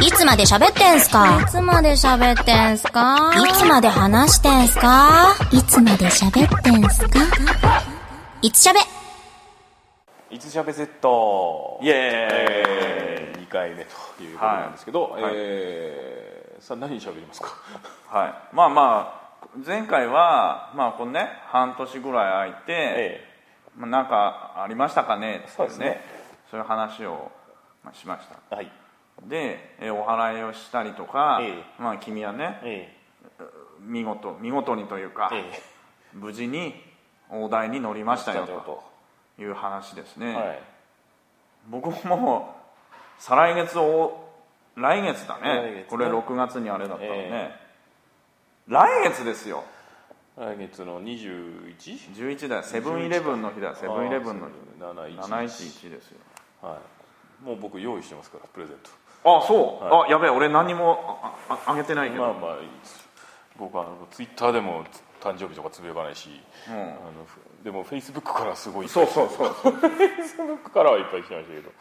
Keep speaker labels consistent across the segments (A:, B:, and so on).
A: いつまで喋ってんすかいつまで喋ってんすかいつまで話してんすかいつまで喋ってんすかいつ喋
B: いつしゃべセット
C: イエーイ
B: 2回目ということなんですけど、
C: はいはい
B: えーさあ何しゃべります か
C: はい、まあまあ前回は、まあ、このね半年ぐらい空いて、
B: え
C: まあ、なんかありましたかねってい
B: そうですね
C: そういう話を、まあ、しました
B: はい
C: で、えーお祓いをしたりとか、
B: え
C: まあ、君はね
B: え
C: 見事見事にというか、
B: ええ
C: 無事に大台に乗りましたよ
B: よ
C: という話ですね、
B: とはい
C: 僕ももう再来月を来月だ
B: 来
C: ね
B: 月ね
C: これ6月にあれだったのね、
B: え
C: 来月ですよ
B: 来月の 21?
C: 11だよセブンイレブンの日だよセブンイレブンの日
B: 711
C: 711ですよ
B: はいもう僕用意してますからプレゼント
C: あそう、あやべえ俺何もああああげてないけど、
B: まあまあ僕はあのツイッターでも誕生日とかつぶやかないし、
C: うん
B: あのふでもフェイスブックからすごい
C: そうそうそうそう
B: フェイスブックからはいっぱい来てましたけど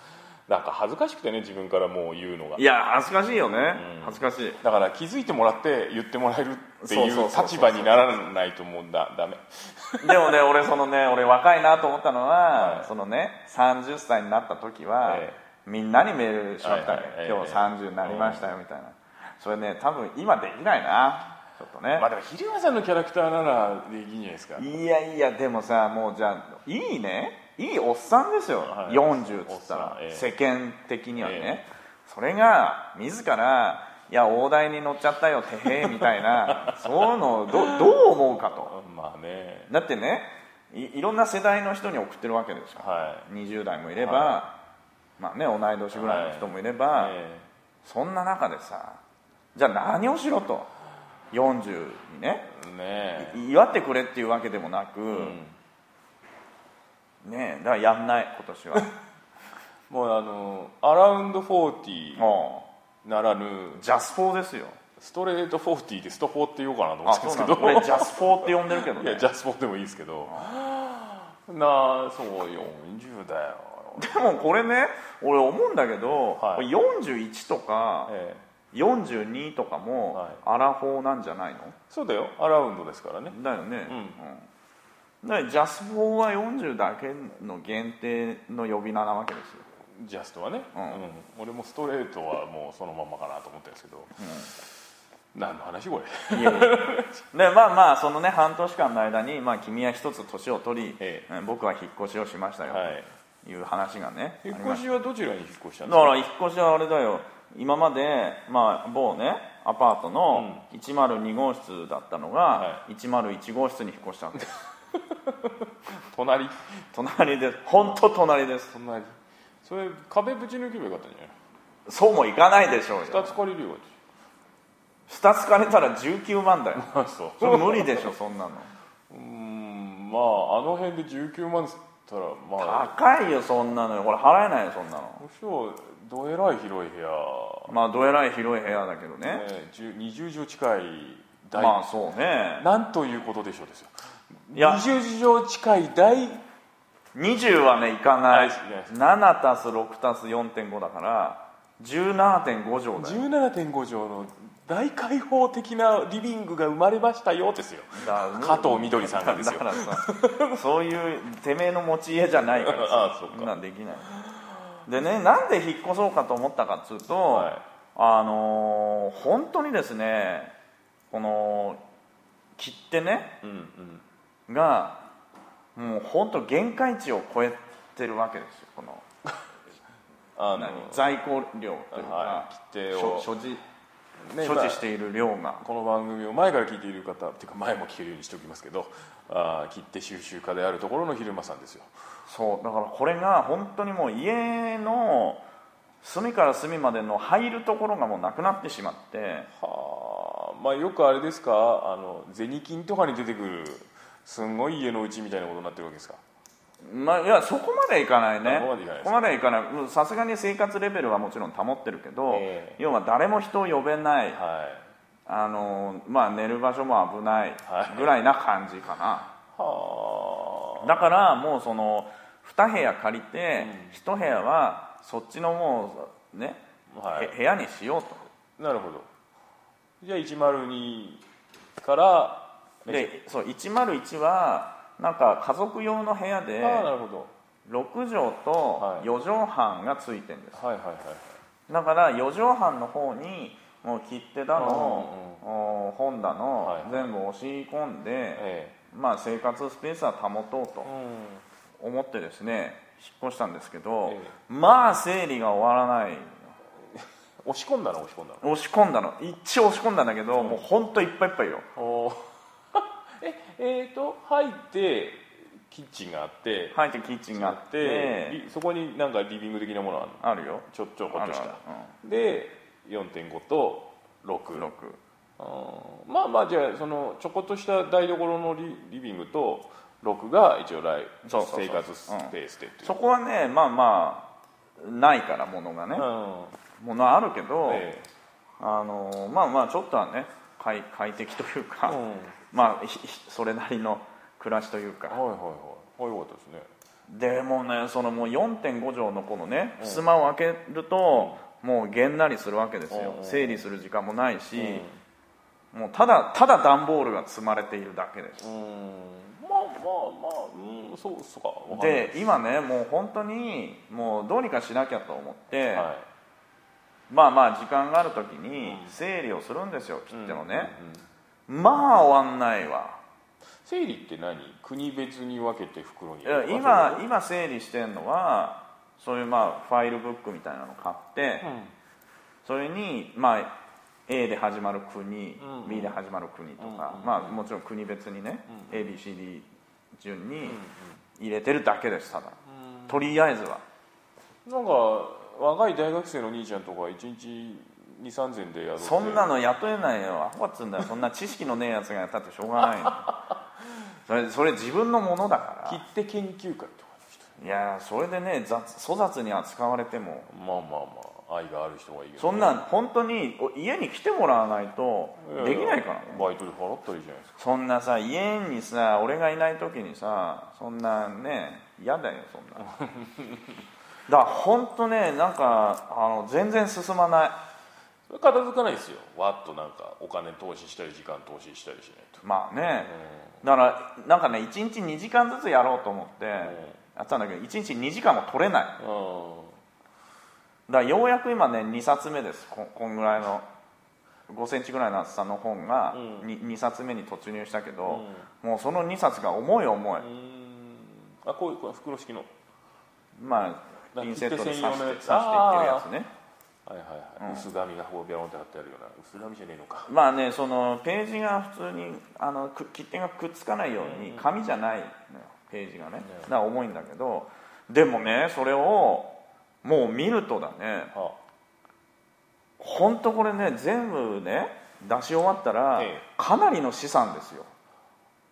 B: なんか恥ずかしくてね自分からもう言うのが
C: いや恥ずかしいよね、恥ずかしい
B: だから気づいてもらって言ってもらえるってい
C: そ
B: う
C: うそうそうそう
B: 立場にならないと思うんだダメ
C: でもね俺そのね俺若いなと思ったのは、
B: はい
C: そのね30歳になった時は、
B: え
C: みんなにメールしましたね、
B: はいはいええ
C: 今日30になりましたよみたいな、それね多分今できないなちょっとね、
B: まあでも昼間さんのキャラクターならできんじゃないですか
C: いやいやでもさもうじゃあいいねいいおっさんですよ、
B: はい
C: 40っつったら、
B: おっさん
C: 世間的にはね、
B: え
C: それが自らいや大台に乗っちゃったよてへーみたいな そういうのをどどう思うかと
B: まあね
C: だってねいいろんな世代の人に送ってるわけですよ、
B: は
C: 20代もいれば、まあね、同い年ぐらいの人もいれば、
B: い、え
C: そんな中でさじゃあ何をしろと40にね
B: えねえ
C: 祝ってくれっていうわけでもなく、
B: うん
C: ねえだからやんない今年は
B: もうあのアラウンド40
C: も
B: ならぬ
C: うジャスフォーですよ
B: ストレート40でスト4って言おうかなと思
C: あ
B: ってたん
C: そ
B: で
C: う
B: すけ
C: な
B: ど
C: の俺ジャスフォーって呼んでるけど
B: いや
C: ね
B: ジャスポでもいいですけどなあそう40だよ
C: でもこれね俺思うんだけど、
B: はい
C: これ41とか
B: ええ
C: 42とかも
B: はい
C: アラフォーなんじゃないの
B: そうだよアラウンドですからね
C: だよね、
B: うん
C: うんだからジャスフォーは40だけの限定の呼び名なわけですよ
B: ジャストはね、
C: うん
B: うん俺もストレートはもうそのまんまかなと思ってるんですけど、何の話これ
C: いやいや でまあまあそのね半年間の間に、まあ、君は一つ年を取り、
B: え
C: うん僕は引っ越しをしましたよ、
B: はい
C: という話がね
B: 引っ
C: ありま
B: 越
C: し
B: しはどちらに引っ越した
C: た
B: んです
C: だか
B: から
C: 引っ越しはあれだよ今まで、まあ、某ねアパートの102号室だったのが、101号室に引っ越したんです
B: 隣
C: 隣です本当隣です
B: 隣それ壁ぶち抜けばよかったんじゃない
C: そうもいかないでしょう
B: 2
C: よ
B: つ借りるよ
C: 下つかれたら19万だよ
B: そう
C: それ無理でしょそんなの
B: うーんまああの辺で19万っつったらまあ
C: 高いよそんなのよこれ払えないよそんなの
B: むしろどえらい広い部屋、
C: まあどえらい広い部屋だけどね
B: ね、10 20畳近い大、
C: まあそうね
B: なんということでしょうですよ
C: いや
B: 20畳近い大
C: 20はねいか
B: は
C: ない
B: いいや
C: 7たす6たす4.5だから17.5畳だよ
B: 17.5畳の大開放的なリビングが生まれましたよですよ
C: だ
B: 加藤みどりさんがです
C: だ
B: よ
C: からさそういうてめえの持ち家じゃないから
B: ああそうか
C: んなんできないでねなんで引っ越そうかと思ったかっつうと、
B: はい
C: あのー本当にですねこの切手ね
B: うんうん
C: がもう本当限界値を超えてるわけですよこの
B: あの
C: 何在庫量というか、
B: はい切手を
C: 所所持
B: ね
C: 所持し
B: ま
C: ている量が
B: あこの番組を前から聞いている方っていうか前も聞けるようにしておきますけどあー切手収集家であるところの昼間さんですよ
C: そうだからこれが本当にもう家の隅から隅までの入るところがもうなくなってしまって
B: はあまあよくあれですかあの銭金とかに出てくるすんごい家のうちみたいなことになってるわけですか
C: まあいやそこまでいかないね
B: そこまでいかないです
C: そこまでいかないうんさすがに生活レベルはもちろん保ってるけど、
B: え
C: 要は誰も人を呼べない
B: はい
C: あの、まあ、寝る場所も危ない
B: はい
C: ぐらいな感じかな、
B: は
C: だからもうその2部屋借りて、1部屋はそっちのもうね
B: は
C: へ部屋にしようと
B: い、なるほどじゃあ102から
C: でそう101はなんか家族用の部屋で
B: ああなるほど
C: 6畳と
B: はい
C: 4畳半がついてるんです、
B: はいはいはい
C: だから4畳半の方にもう切手だの、お本だの、
B: はい
C: 全部押し込んで、
B: え
C: まあ、生活スペースは保とうと
B: えうん
C: 思ってですね引っ越したんですけど、
B: え
C: まあ整理が終わらない
B: 押し込んだの押し込んだ
C: 押し込んだの一応押し込んだんだけど、もう本当いっぱいいっぱいよ
B: のおー ええー、と入ってキッチンがあって
C: 入ってキッチンがあ
B: あ
C: っ
B: って
C: て
B: リそこになんかリビング的なものあるの
C: あるよ
B: ちょっちょこっとし
C: あ
B: た
C: るある
B: で4.5と
C: うん
B: 6
C: 6
B: あーまあまあじゃあそのちょこっとした台所のリリビングと6が一応来
C: そうそうそう
B: 生活スペースでっていう
C: そこはねまあまあないからものがね
B: うん、は
C: ものあるけど、
B: ええ
C: あのまあまあちょっとはね快快適というか、
B: うん
C: まあひひそれなりの暮らしという
B: い
C: か
B: はいはいはいよかったですね
C: でもねそのもう4.5畳のこのね襖を開けると、もうげんなりするわけですよ、
B: うん
C: 整理する時間もないし、もうただただ段ボールが積まれているだけです
B: うんまあまあまあうんそうそうかわかんない
C: で今ねもう本当にもうどうにかしなきゃと思って、
B: は
C: まあまあ時間がある時に整理をするんですよ切
B: い
C: 手の
B: うん
C: ね、
B: うん
C: まあ終わんないわ
B: 整理って何国別に分けて袋に
C: いや今今整理してんのはそういうまあファイルブックみたいなの買って、
B: ん
C: それにまあ A で始まる国、
B: うん
C: B で始まる国
B: う
C: とか、
B: んうんうん
C: まあもちろん国別にね、ABCD 順に入れてるだけですただ、とりあえずは
B: なんか若い大学生の兄ちゃんとか1日2 3千でやろうって
C: そんなの雇えないよアホがっつうんだよそんな知識のねえやつがやったってしょうが ないのそれそれ自分のものだか
B: 切手研究会とかの人
C: らいやーそれでね雑粗雑に扱われても
B: まあまあまあ愛がある人がいいけど、ね、
C: そんなん本当にお家に来てもらわないと
B: やや
C: できないからね
B: バイトで払ったらいいじゃないですか
C: そんなさ家にさ俺がいない時にさそんなね嫌だよそんな だから本当ねなんかあの全然進まない
B: それ片付かないですよわっとなんかお金投資したり時間投資したりしないと
C: まあねだからなんかね1日2時間ずつやろうと思ってやったんだけど1日2時間も取れないだか
B: うん
C: らようやく今ね2冊目ですここんぐらいの5センチぐらいの厚さの本が
B: う
C: 2,、に二冊目に突入したけど、もうその2冊が重い重い、
B: あこういうこういう袋式の
C: まあ
B: だ
C: ピンセットで刺して
B: 切手専
C: 刺
B: 用のや
C: し
B: つ
C: ていってるやつね
B: はいはいはい、薄紙がこうビャロンって貼ってあるような薄紙じゃねえの か
C: まあねそのページが普通にあのく切手がくっつかないように紙じゃないのよページがねだから重いんだけどでもねそれをもう見るとだね
B: は
C: 本当これね全部ね出し終わったら
B: ええ
C: かなりの資産ですよ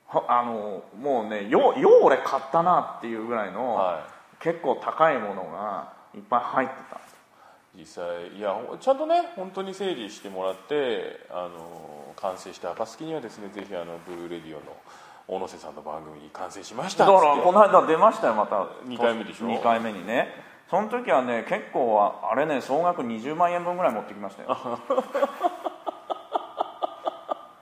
C: はあのもうねようよう俺買ったなっていうぐらいの、
B: は
C: 結構高いものがいっぱい入ってた
B: 実際いやほちゃんとね本当に整理してもらってあの完成した暁にはですねぜひあのブルーレディオの小野瀬さんの番組に完成しました
C: だか
B: つっ
C: ら
B: て
C: この間出ましたよまた
B: 二回目でしょ
C: 2回目にねその時はね結構ああれね総額20万円分ぐらい持ってきまし たよ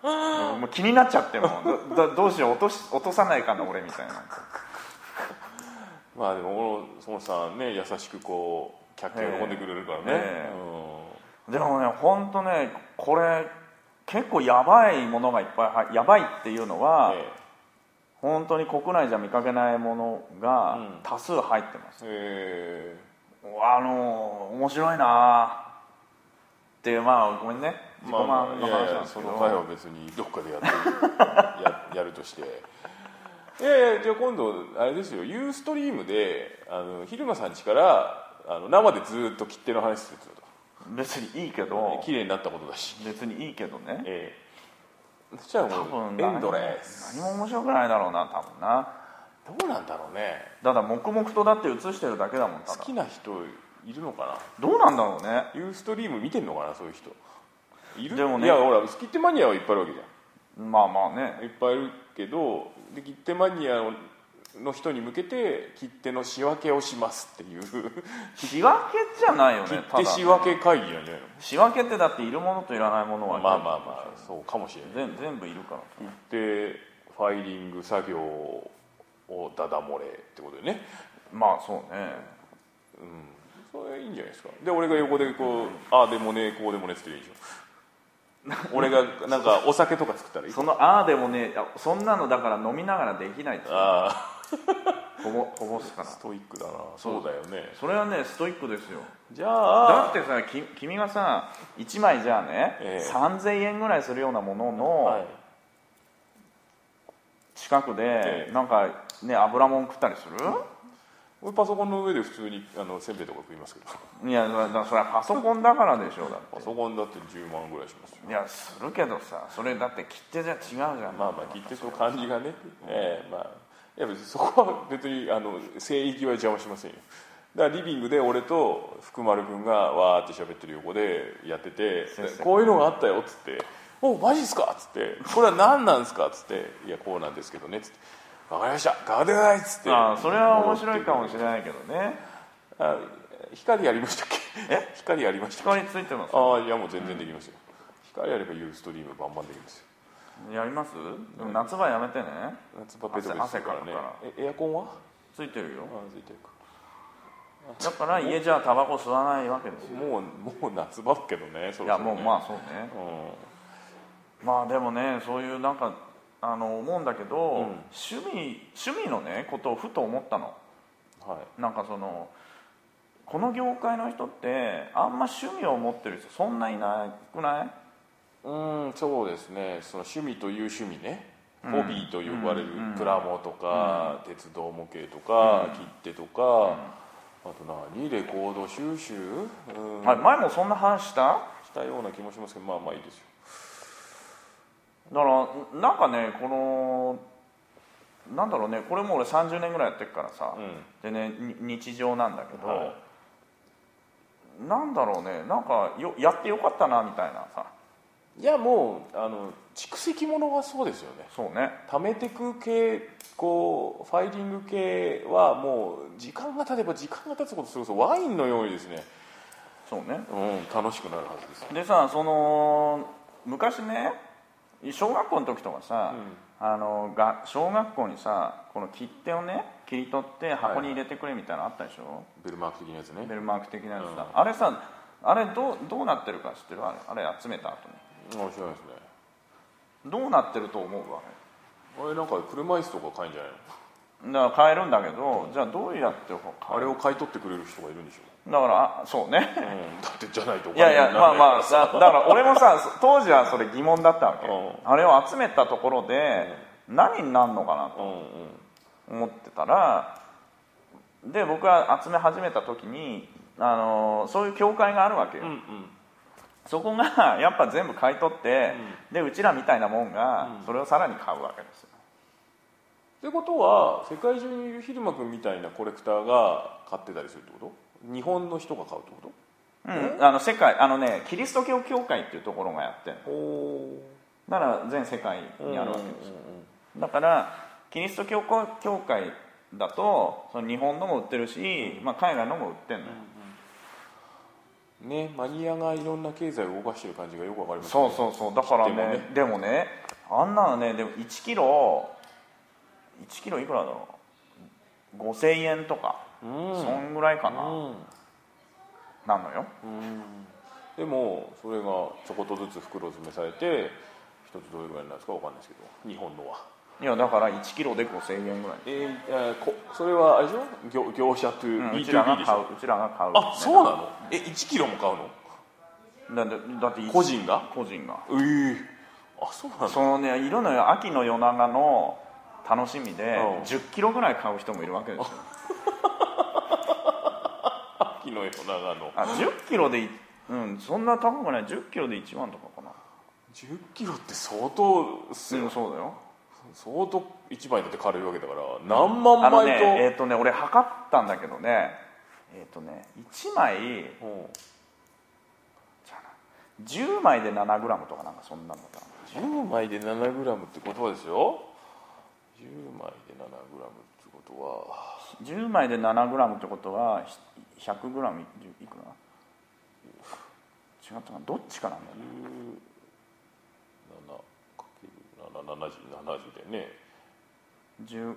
C: うんもう気になっちゃってもうだだどうしよう落とし落とさないかな俺みたいな
B: まあでも小野さんね優しくこうキャッキャ喜んでくれるからね、
C: ええでもね本当ねこれ結構やばいものがいっぱい入やばいっていうのは、
B: うんえ
C: 本当に国内じゃ見かけないものが多数入ってます、
B: ええ
C: あの面白いなあっていうまあごめんね
B: え
C: 自己満の話なんです
B: そ
C: けど、
B: の回は別にどっかでやってるややるとしていやいやじゃあ今度あれですよユーストリームであの昼間さんちからあの生でずっと切手の話してたと
C: 別にいいけど
B: 綺麗になったことだし、
C: 別にいいけどね
B: ええそしたら
C: 多
B: も
C: 分
B: うエンドレス
C: 何も面白くないだろうな多分な
B: どうなんだろうね
C: ただ黙々とだって映してるだけだもんた
B: 好
C: だ
B: きな人いるのかな
C: どうなんだろうね
B: ユーストリーム見てんのかなそういう人いる
C: でもね
B: いやほら切手マニアはいっぱいいるわけじゃ
C: まあまあね
B: んいっぱいいるけどで切手マニアの人に向けて切手の仕分けをしますって いう
C: 仕分けじゃないよね
B: 切手
C: ただね
B: 仕分け会議やね
C: 仕分けってだっているものといらないもの
B: まあ
C: は
B: まあまあそうかもしれない
C: 全全部いるから
B: 切手ファイリング作業をダダ漏れってことでね
C: まあそうね
B: それいいんじゃないですかで俺が横でこう「ああでもねえこうでもねえ」って言っていいでしょ俺がなんかお酒とか作ったらいい
C: そのああでもねあそんなのだから飲みながらできないって
B: ああ
C: こぼこぼすから
B: ストイックだなそうだよね
C: それはねストイックですよ
B: じゃ
C: だ
B: あ
C: ってさき君がさ1枚じゃあね、
B: ええ
C: 3000円ぐらいするようなもの
B: はい
C: の近くで、
B: ええ
C: なんかね油もん食ったりする、
B: 俺パソコンの上で普通にあのせんべいとか食いますけど
C: いやだだそれはパソコンだからでしょうだ
B: パ
C: っ
B: ソコンだって10万ぐらいしますよ
C: ていやするけどさそれだって切手じゃ違うじゃん
B: まあまあ切手と感じがね、ええまあいや別にそこは別にあの聖域は邪魔しませんよだからリビングで俺と福丸君がわーって喋ってる横でやってて
C: 先生
B: こういうのがあったよっつって「おマジっすか?」っつって「これは何なんですか?」っつって「いやこうなんですけどね」っつって「わかりましたガーデンアイ」っつって
C: ああそれは面白いかもしれないけどね
B: あ光やりましたっけえ光やりましたっけ
C: 光ついてます
B: ああいやもう全然できますよ光やればユーストリームバンバンできますよ
C: やりますでも夏場やめてね
B: 夏場ベトベトするからね
C: 汗かく
B: えエアコンは
C: ついてるよ
B: あついてるか
C: だから家じゃタバコ吸わないわけですよ
B: もうもう夏場だけどねそ
C: い
B: ろ
C: や
B: そろ
C: もう
B: ね
C: まあそうねまあでもねそういうなんかあの思うんだけど、趣味趣味のねことをふと思ったの
B: うんはい
C: なんかそのこの業界の人ってあんま趣味を持ってる人そんないなくないう
B: ーんそうですねその趣味という趣味ねホビーと呼ばれるプラモとか、鉄道模型とか、切手とか、あと何レコード収集、うん
C: あれ前もそんな話した
B: したような気もしますけどまあまあいいですよ
C: だからなんかねこのなんだろうねこれも俺30年ぐらいやってるからさ、でねに日常なんだけど、
B: は
C: なんだろうねなんかよやってよかったなみたいなさ
B: いやもうあの蓄積ものはそうですよね
C: そうね
B: 貯めてく系こうファイリング系はもう時間が経てば時間が経つことそれこそワインのようにですね、
C: そうね
B: うん、楽しくなるはずです
C: でさその昔ね小学校の時とかさ、あのが小学校にさこの切手をね切り取って箱に入れてくれみたいなのあったでしょ、
B: ベルマーク的なやつね
C: ベルマーク的なやつだ、あれさあれどうどうなってるか知ってるあれあれ集めた後に
B: 面白いですね
C: どうなってると思うわ
B: あれなんか車椅子とか買えんじゃないの
C: だから買えるんだけどじゃあどうやって買
B: あれを買い取ってくれる人がいるんでしょ、
C: うだからあそうね
B: うん、だってじゃないとお
C: いやいや
B: にな
C: ま
B: ら
C: あ
B: ない
C: まあさだから俺もさそ当時はそれ疑問だったわけ、
B: うん
C: あれを集めたところで何になるのかな
B: う
C: と
B: んうん
C: 思ってたらで僕は集め始めた時にあのーそういう教会があるわけよ、
B: うん
C: そこがやっぱ全部買い取って、でうちらみたいなもんがそれをさらに買うわけですよ
B: ってことは世界中にいる昼間君みたいなコレクターが買ってたりするってこと日本の人が買うってこ
C: うん、あの世界あのねキリスト教教会っていうところがやってる
B: とお
C: だから全世界にあるわけですよ、だからキリスト教教会だとその日本のも売ってるし、まあ、海外のも売ってるのよ、
B: ねマニアがいろんな経済を動かしてる感じがよくわかります
C: そうそうそうだからねでもねあんなのねでも1キロ1キロいくらだろう5000円とか、そんぐらいかな、
B: うん
C: なのよ
B: でもそれがちょこっとずつ袋詰めされて一つどれぐらいなんですかわかんないですけど日本のはい
C: やだから1キロで5000円ぐらい
B: えーえーこそれはあれでしょ業業者という
C: うんう
B: B2B
C: ちらが
B: でし
C: 買う
B: ょ、
C: うちらが買う
B: あそうなのえ1キロも買うの
C: だってだって一
B: 個人が
C: 個人が
B: ええあそうなの
C: そのねいるのよ秋の夜長の楽しみで
B: うん
C: 1 0キロぐらい買う人もいるわけですよ
B: 秋の夜長の
C: あ1 0キロでいうんそんな高くない1 0キロで1万とかかな
B: 1 0キロって相当っすよ
C: うんそうだよ
B: 相当1枚だって軽いわけだから何万
C: あの
B: 枚
C: ね
B: と、
C: えっ、とね俺測ったんだけどねえっ、とね1枚
B: うん
C: 10枚で7グラムとかなんかそんなのだ
B: 10枚で 7g って言葉ですよ10 10枚で 7g ってことは
C: 10枚で 7g ってことは 100g いくら違ったかなどっちかなんだよね
B: 7×770 だよね
C: 10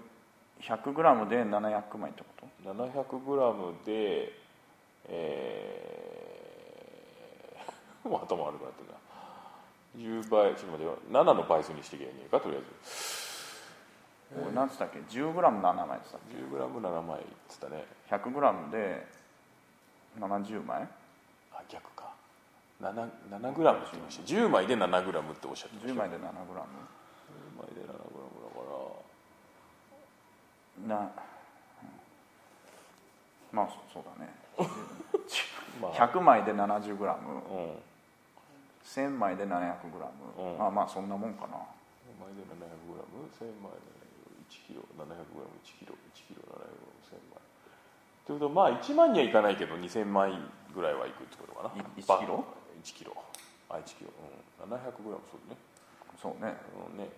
C: 100g で700枚ってこと
B: 700g でえー、 もう頭悪くなってるな10倍ちょっと待ってよ7の倍数にしていけばいいねえかとりあえず
C: 俺何つったっけ 10g7 枚って言っ
B: 10g7 枚っつったね
C: た 100g で70枚
B: あ逆か 7g って言いました10枚で 7g っておっしゃってました
C: 10枚で
B: 10枚で
C: 7g
B: 7g だから
C: な、うんまあそそうだね
B: まあ
C: 100枚で 70g1000
B: うん、10
C: 枚で 700g、
B: うん
C: まあまあそんなもんかな
B: 枚で 700g1000 枚で 1kg700g1kg1kg700g1000 枚ということはまあ1万にはいかないけど2000枚ぐらいはいくってことかない
C: 1キロ
B: バッ ?1kg あ 1kg うん 700g そうね
C: そうね
B: うんね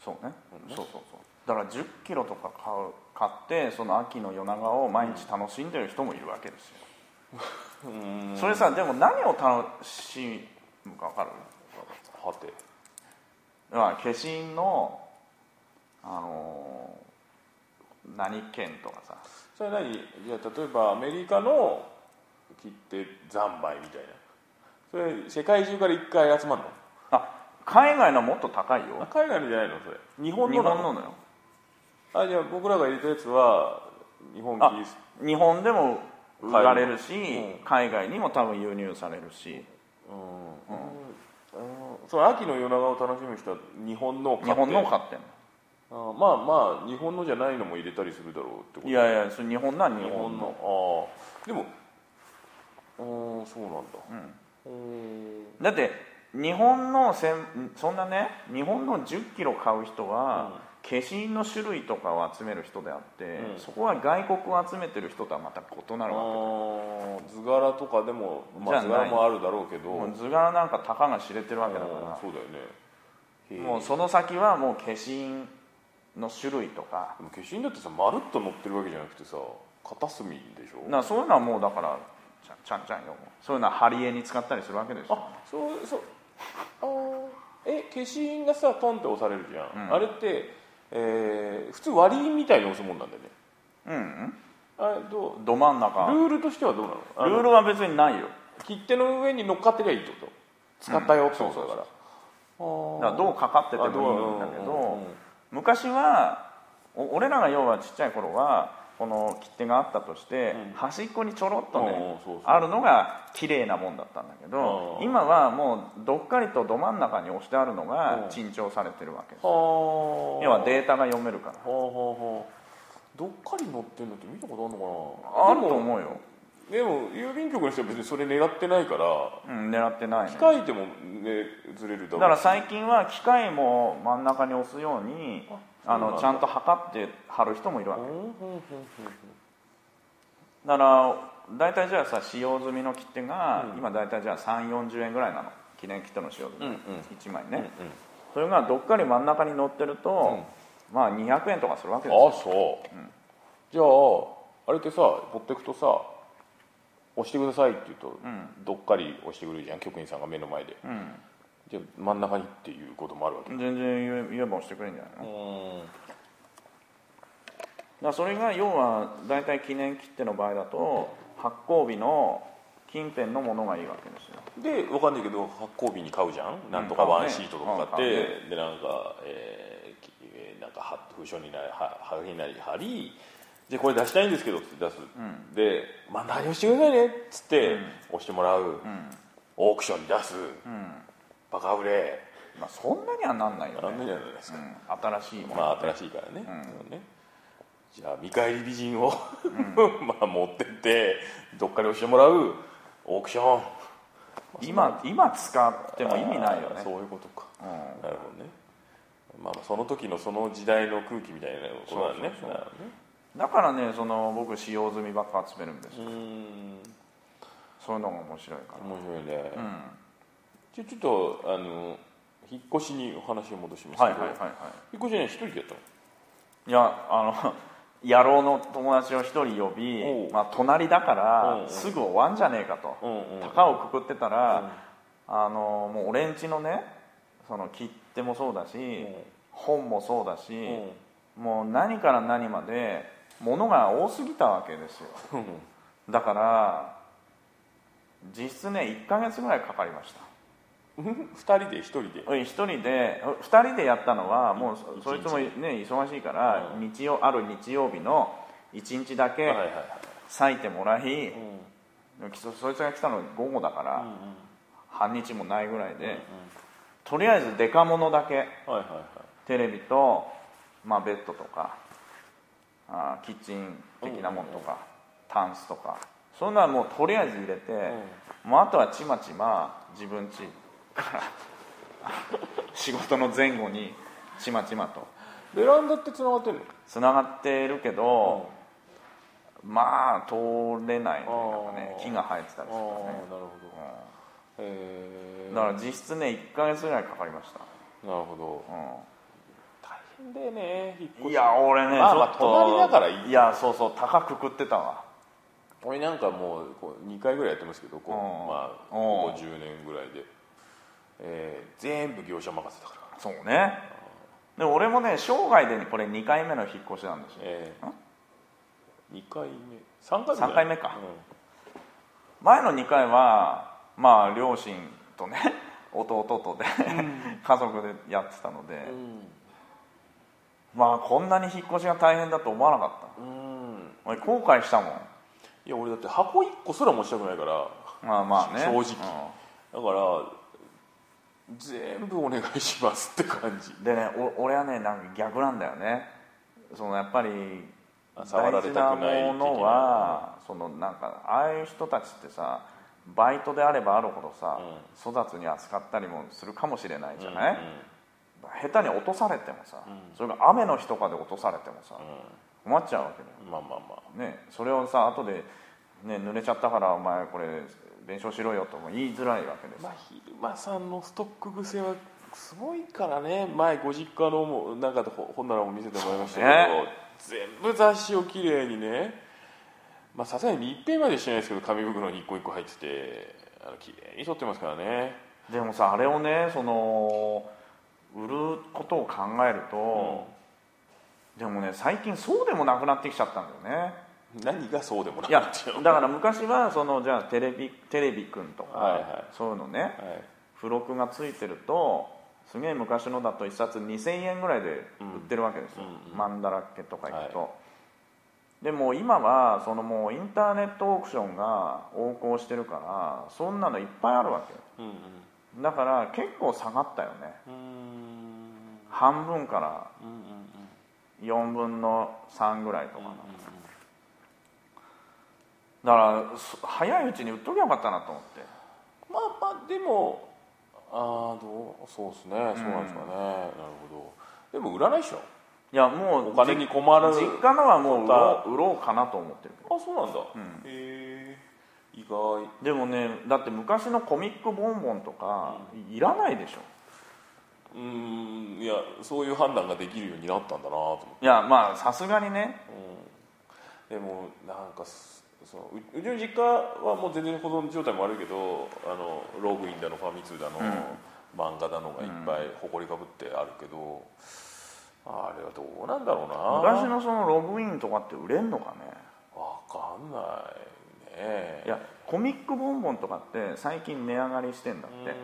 C: そうね、
B: うん
C: そうそうそうだから1 0キロとか買う買ってその秋の夜長を毎日楽しんでる人もいるわけです
B: う
C: よ、
B: ん
C: それさでも何を楽しむか分かる
B: はて
C: まあ化身のあのー何県とかさ
B: それは何じゃあ例えばアメリカの切って三昧みたいなそれ世界中から1回集まるの
C: あ海外のもっと高い
B: あ
C: よ
B: 海外のじゃないのそれ日本
C: 日
B: の
C: 本
B: なの
C: ののよ
B: あじゃあ僕らが入れたやつは日本
C: あ
B: キリス
C: 日本でも売られるし、
B: うん
C: 海外にも多分輸入されるし
B: うん、うんその秋の夜長を楽しむ人は日本のを買って
C: 日本のを買ってん
B: あ
C: の
B: ーまあまあ日本のじゃないのも入れたりするだろうってこと
C: いやいやそれ日本なら日
B: 日
C: 本
B: 本
C: の
B: のああでもうんそうなんだ
C: うん
B: うん
C: だって日本のせんそんなね日本の1 0キロ買う人は、化身の種類とかを集める人であって、
B: うん
C: そこは外国を集めてる人とはまた異なるわけ
B: あー図柄とかでも、まあ、
C: じ
B: 図
C: ゃない
B: 柄もあるだろうけど
C: もう図柄なんかたかが知れてるわけだ
B: うん
C: か
B: そうだよねへ
C: ら
B: ー
C: もうその先はもう化身の種類とか
B: でも化身だってさまるっと乗ってるわけじゃなくてさ片隅でしょ
C: なそういうのはもうだからちゃちゃんちゃんよそういうのは貼り絵に使ったりするわけですよ
B: あそうそうあーえ消印がさトンって押されるじゃん、
C: うん
B: あれって、えー普通割り印みたいに押すもんなんだよね
C: うん
B: あれどう
C: ど真ん中
B: ルールとしてはどうなのあ
C: ル
B: の
C: ールは別にないよ
B: 切手の上に乗っかってりゃいいってこと使ったよってことだから、
C: だ
B: あ
C: からどうかかっててもいいんだけど、昔はお俺らが要はちっちゃい頃はこの切手があったとして、
B: うん
C: 端っこにちょろっとね、
B: うんうんそうそう
C: あるのが綺麗なもんだったんだけど、
B: うん
C: 今はもうどっかりとど真ん中に押してあるの
B: う
C: が
B: ん
C: 珍重されてるわけです、
B: はあ
C: 要はデータが読めるから
B: はあはあはあどっかに乗ってんのって見たことあるのかな
C: あると思うよ、
B: でもでも郵便局の人は別にそれ狙ってないから
C: うん、狙ってないね
B: 機械でもねずれるだろうし
C: だから最近は機械も真ん中に押すように
B: あそ
C: あ
B: うなん
C: の
B: だ
C: ちゃんと測って貼る人もいるわけ
B: うんうんうんうん
C: だから大体じゃあさ使用済みの切手が、今大体じゃあ3 4 0円ぐらいなの記念切手の使用済み、
B: うんうん
C: 1枚ね、
B: うんうん
C: それがどっかり真ん中に載ってると、まあ200円とかするわけですよ
B: あそう、じゃああれってさ持ってくとさ押してくださいって言うと、どっかり押してくれるじゃん局員さんが目の前で、
C: ん
B: じゃあ真ん中にっていうこともあるわけ、
C: 全然言え言えば押してくれるんじゃないの、だからそれが要は大体記念切手の場合だと発行日の近辺のものがいいわけですよ
B: で分かんないけど発行日に買うじゃんなんとかワンシートとか買って、
C: うん買
B: でなんか、えーきえーなんかは封書になりははがきなり貼りじゃあこれ出したいんですけどって出す、で「まあ何をしてくださいね」っつって、押してもらう、オークションに出す、バカ売れ
C: まあそんなにはなんないよ
B: なん
C: ね、
B: なんじゃないです
C: う
B: か、
C: ん、新しいもの、
B: まあ新しいからね,、そうねじゃあ見返り美人を、 まあ持ってってどっかに押してもらうオークション
C: 今今使っても意味ないよ
B: あー
C: ね
B: そういうことか
C: うん
B: なるほどねまあまあその時のその時代の空気みたいなことだね
C: そうそうそう
B: なるほ
C: だからねその僕使用済みばっか集めるんですよ
B: どねうん
C: そういうのが面白いか
B: 面白いね、
C: ら、うん、
B: じゃあちょっとあの引っ越しにお話を戻しますけど、
C: はいはいはいはい
B: 引っ越しね一人でやったの
C: いやあの 野郎の友達を一人呼
B: お
C: び、
B: う
C: まあ、隣だから
B: おうおう
C: すぐ終わんじゃねえかと、
B: うんうんうん
C: 高をくくってたら、あのもう俺んちのねその切手もそうだし、本もそうだし、もう何から何まで物が多すぎたわけですよ
B: うん
C: だから実質ね1ヶ月ぐらいかかりました
B: うん二人で一人で
C: おい一人でお二人でやったのはもうそ
B: 一日
C: そいつもね忙しいから
B: う
C: 日曜ある日曜日の1日だけ
B: はいはいはい
C: 割いてもらい、
B: うんうん
C: そそいつが来たの午後だか
B: う
C: ら、
B: ん
C: 半日もないぐらいで、とりあえずデカものだけ
B: はいはいはい
C: テレビと、まあ、ベッドとかあーキッチン的なものとか、タンスとかそんなのもうとりあえず入れて、もうあとはちまちま自分ち から仕事の前後にちまちまと
B: ベランダってつながってんの
C: つながってるけど、まあ通れないというかね
B: あー
C: 木が生えてた
B: ああー、
C: りするからね
B: なるほどへ
C: う
B: え
C: んだから実質ね1か月ぐらいかかりました、
B: なるほど
C: う
B: 大変だよね引っ越
C: ん、
B: し
C: いや俺ね、
B: まあまあ
C: ちょっと
B: 隣だからいい
C: いやそうそう高くくってたわ
B: 俺なんかもうこう2回ぐらいやってますけどこう、
C: うん
B: まあ、
C: う
B: ここ
C: ん
B: 10年ぐらいで、えー全部業者任せたから、
C: そうねでも俺もね生涯でねこれ2回目の引っ越しなんですよ
B: え
C: ん
B: 2回目3回目
C: 三回目か前の2回はまあ両親とね 弟とで、家族でやってたので、
B: うん
C: まあこんなに引っ越しが大変だと思わなかっ
B: うん、うん
C: た俺後悔したもん
B: いや俺だって箱1個すら持ちたくないから
C: まあまあね
B: 正直
C: うん
B: だから全部お願いしますって感じ
C: でねお俺はねなんか逆なんだよねそのやっぱり
B: あ触ら
C: 大
B: れ
C: 事
B: た
C: な
B: くない
C: ものはそのなんかああいう人たちってさバイトであればあるほどさ、粗雑に扱ったりもするかもしれないじゃない、下手に落とされてもさ、それが雨の日とかで落とされてもさ、困っちゃうわけだよ
B: まあまあまあ
C: ね、それをさ後で、ね、濡れちゃったからお前これ弁償しろよとも言いづらいわけです、
B: まあ、昼間さんのストック癖はすごいからね前ご実家のもなんかとほ本棚も見せてもらいましたけど、全部雑誌をきれいにねまあさすがに密閉までしてないですけど紙袋に一個一個入っててあのきれいに取ってますからね
C: でもさあれをねその売ることを考えると、でもね最近そうでもなくなってきちゃったんだよね
B: 何がそうでもないい
C: や
B: っていう
C: だから昔はそのじゃあテレビテレビくんとか、
B: はいはい
C: そういうのね
B: はい
C: 付録がついてるとすげえ昔のだと1冊2000円ぐらいで売ってるわけですよ、
B: うんうん
C: マンだらけとか行くと、でも今はそのもうインターネットオークションが横行してるからそんなのいっぱいあるわけ
B: うんうん
C: だから結構下がったよね
B: うーん
C: 半分から
B: うんうんうん
C: 4分の3ぐらいとかな、
B: う
C: だからそ早いうちに売っときゃよかったなと思って
B: んまあまあでもああどうそうですねそうなんですかね、なるほどでも売らないでしょ
C: いやもう
B: お金に困る
C: 実家のはもう売ろう売ろうかなと思ってるけど
B: あそうなんだ、へえ意外
C: でもねだって昔のコミックボンボンとか、いらないでしょ
B: うーんいやそういう判断ができるようになったんだなと思って
C: いやまあさすがにね
B: でもなんかすそのううちの実家はもう全然保存状態も悪いけどあのローグインだのファミ通だの、漫画だのがいっぱい埃かぶってあるけど、あれはどうなんだろうな
C: 昔のそのログインとかって売れんのかね
B: わかんないね
C: いやコミックボンボンとかって最近値上がりしてんだっ
B: う
C: て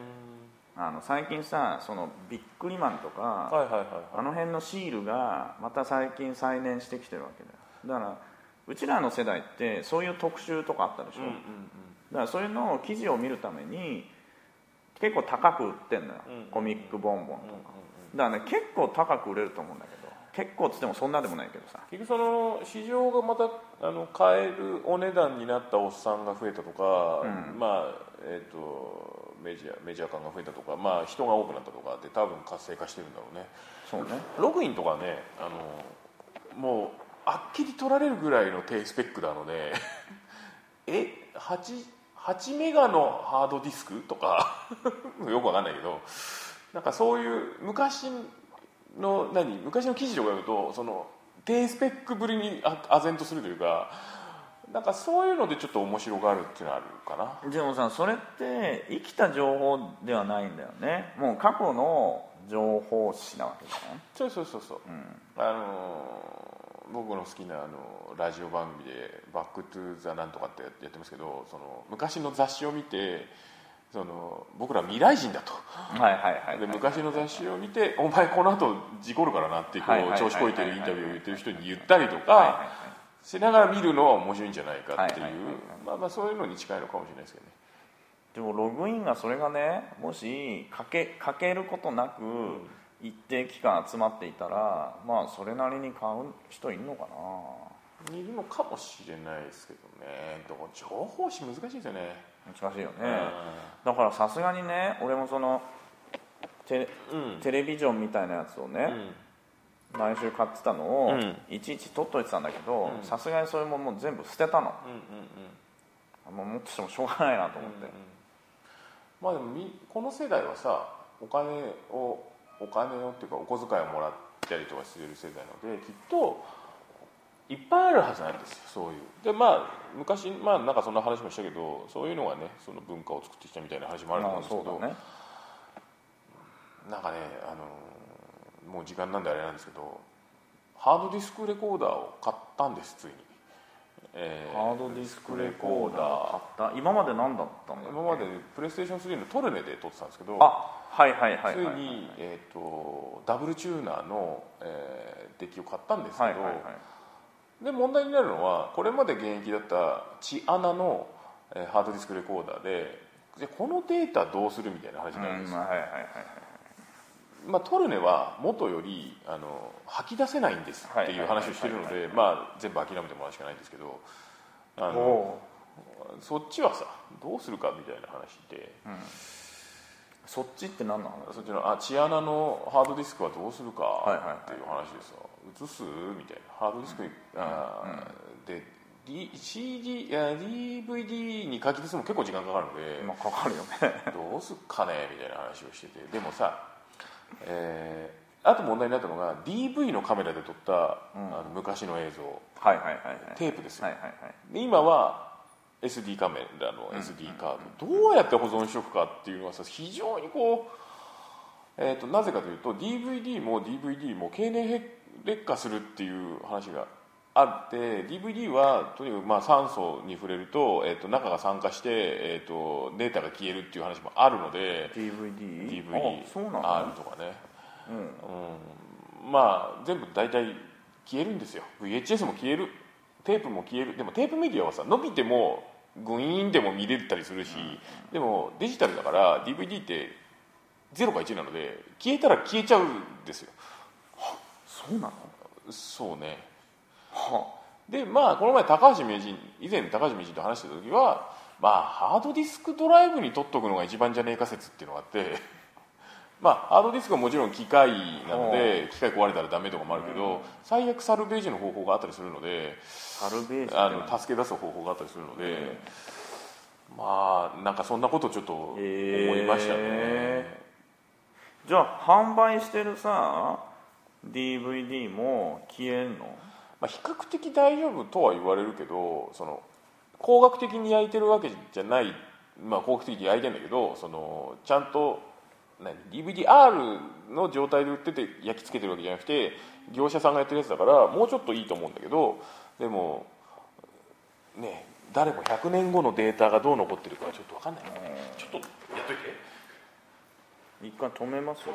B: ーん
C: あの最近さそのビックリマンとか、
B: はいはいはいはい
C: あの辺のシールがまた最近再燃してきてるわけだよだからうちらの世代ってそういう特集とかあったでしょ、
B: うんうん
C: だからそういうのを記事を見るために結構高く売ってんのよ、
B: うん
C: コミックボンボンと
B: う
C: か、
B: んうん
C: だからね結構高く売れると思うんだけど結構っつってもそんなでもないけどさ
B: 結局その市場がまたあの買えるお値段になったおっさんが増えたとか、まあえっ、とメジャーメジャー感が増えたとか、まあ、人が多くなったとかで多分活性化してるんだろうね
C: そうね
B: ログインとかねあのもうあっきり取られるぐらいの低スペックなのでえ8 8メガのハードディスクとか よくわかんないけどなんかそういう昔の何昔の記事とか読むとその低スペックぶりにあ唖然とするというかなんかそういうのでちょっと面白がるっていうのはあるかな
C: でもさそれって生きた情報ではないんだよねもう過去の情報誌なわけじゃない
B: そうそうそうそう、あのー僕の好きなあのラジオ番組で「バック・トゥ・ザ・なんとか」ってやってますけどその昔の雑誌を見てその僕ら未来人だと
C: はいはいは
B: で
C: い
B: 昔の雑誌を見て「お前この後事故るからな」ってこ
C: はいはいは
B: う調
C: い
B: 子こいてるインタビューを言ってる人に言ったりと
C: はい
B: かしながら見るのは面白いんじゃないかっていう
C: はいはいはいはい
B: まあまあそういうのに近いのかもしれないですけどね
C: でもログインがそれがねもしかけかけることなく一定期間集まっていたらまあそれなりに買う人いるのか
B: いるのかもしれないですけどねでも情報誌難しいですよね、
C: な難しいよね、
B: う
C: だからさすがにね俺もそのテレ
B: ん
C: テレビジョンみたいなやつをね、毎週買ってたのを、
B: うん
C: いちいち取っといてたんだけどさすがにそれももう全部捨てたの
B: うんうんうん
C: もう持っててもしょうがないなと思っ
B: うん
C: て、
B: まあでもみこの世代はさお金をお金をっていうかお小遣いをもらったりとかしてる世代なのできっといっぱいあるはずなんですよそういうでまあ昔まあなんかそんな話もしたけどそういうのがねその文化を作ってきたみたいな話もあると思
C: ま
B: う
C: あ
B: んですけ
C: そ
B: ど、
C: うだね
B: なんかねあのもう時間なんであれなんですけどハードディスクレコーダーを買ったんですついに、えー
C: ハードディスクレコーダー買った今まで何だったんだっけ
B: 今までプレイステーション3のトルネで撮ってたんですけど
C: あはいはいはい
B: つい
C: はいはい
B: に、えー、とダブルチューナーの、えーデッキを買ったんですけど、
C: はいはいはい
B: で問題になるのはこれまで現役だったチアナの、えーハードディスクレコーダーででこのデータどうするみたいな話に
C: う
B: なるんで
C: ん
B: す
C: ま
B: よ、
C: あはいはいはい
B: まあ、トルネは元よりあの吐き出せないんですっていう話をしてるの
C: はいはい
B: でまあ全部諦めてもらうしかないんですけどあ
C: はい
B: の
C: お
B: そっちはさどうするかみたいな話で。
C: ーそっちって何なの
B: そっちのあチアナのハードディスクはどうする
C: いはいは
B: かっ
C: い
B: ていう話でさ移すみたいなハードディスクに、あーで、D CD いや DVD に書き出すのも結構時間かかるので、
C: 今かかるよね
B: どうすっかねみたいな話をしててでもさ、えーあと問題になったのが DV のカメラで撮った、あの昔の映像
C: はいはいはいはい
B: テープですよ
C: はいはいはい
B: で今は SD カメラの SD カード、どうやって保存しとくかっていうのはさ非常にこう、えー、となぜかというと DVD も DVD も経年劣化するっていう話があって DVD はとにかくまあ酸素に触れると,、えー、と中が酸化して、えー、とデータが消えるっていう話もあるので
C: DVD?
B: DVD
C: あそうなの
B: あるとかね、うんまあ全部大体消えるんですよ VHS も消えるテープも消えるでもテープメディアはさ伸びてもグイーンでも見れたりするし、でもデジタルだから DVD って0か1なので消えたら消えちゃうんですよ
C: そうなの
B: そうね
C: は
B: でまあこの前高橋名人以前高橋名人と話してた時はまあハードディスクドライブに取っとくのが一番じゃねえか説っていうのがあって まあハードディスクはもちろん機械なので機械壊れたらダメとかもあるけど最悪サルベージの方法があったりするので
C: サルベージって
B: あ
C: 何
B: の助け出す方法があったりするのでまあなんかそんなことをちょっと思いましたね、
C: へじゃあ販売してるさ DVD も消えんの
B: まあ、比較的大丈夫とは言われるけどその工学的に焼いてるわけじゃない、まあ、工学的に焼いてんだけどそのちゃんと何 DVDR の状態で売ってて焼き付けてるわけじゃなくて業者さんがやってるやつだからもうちょっといいと思うんだけどでもね誰も100年後のデータがどう残ってるかはちょっと分かんないちょっとやっといて。
C: 一回止めますよ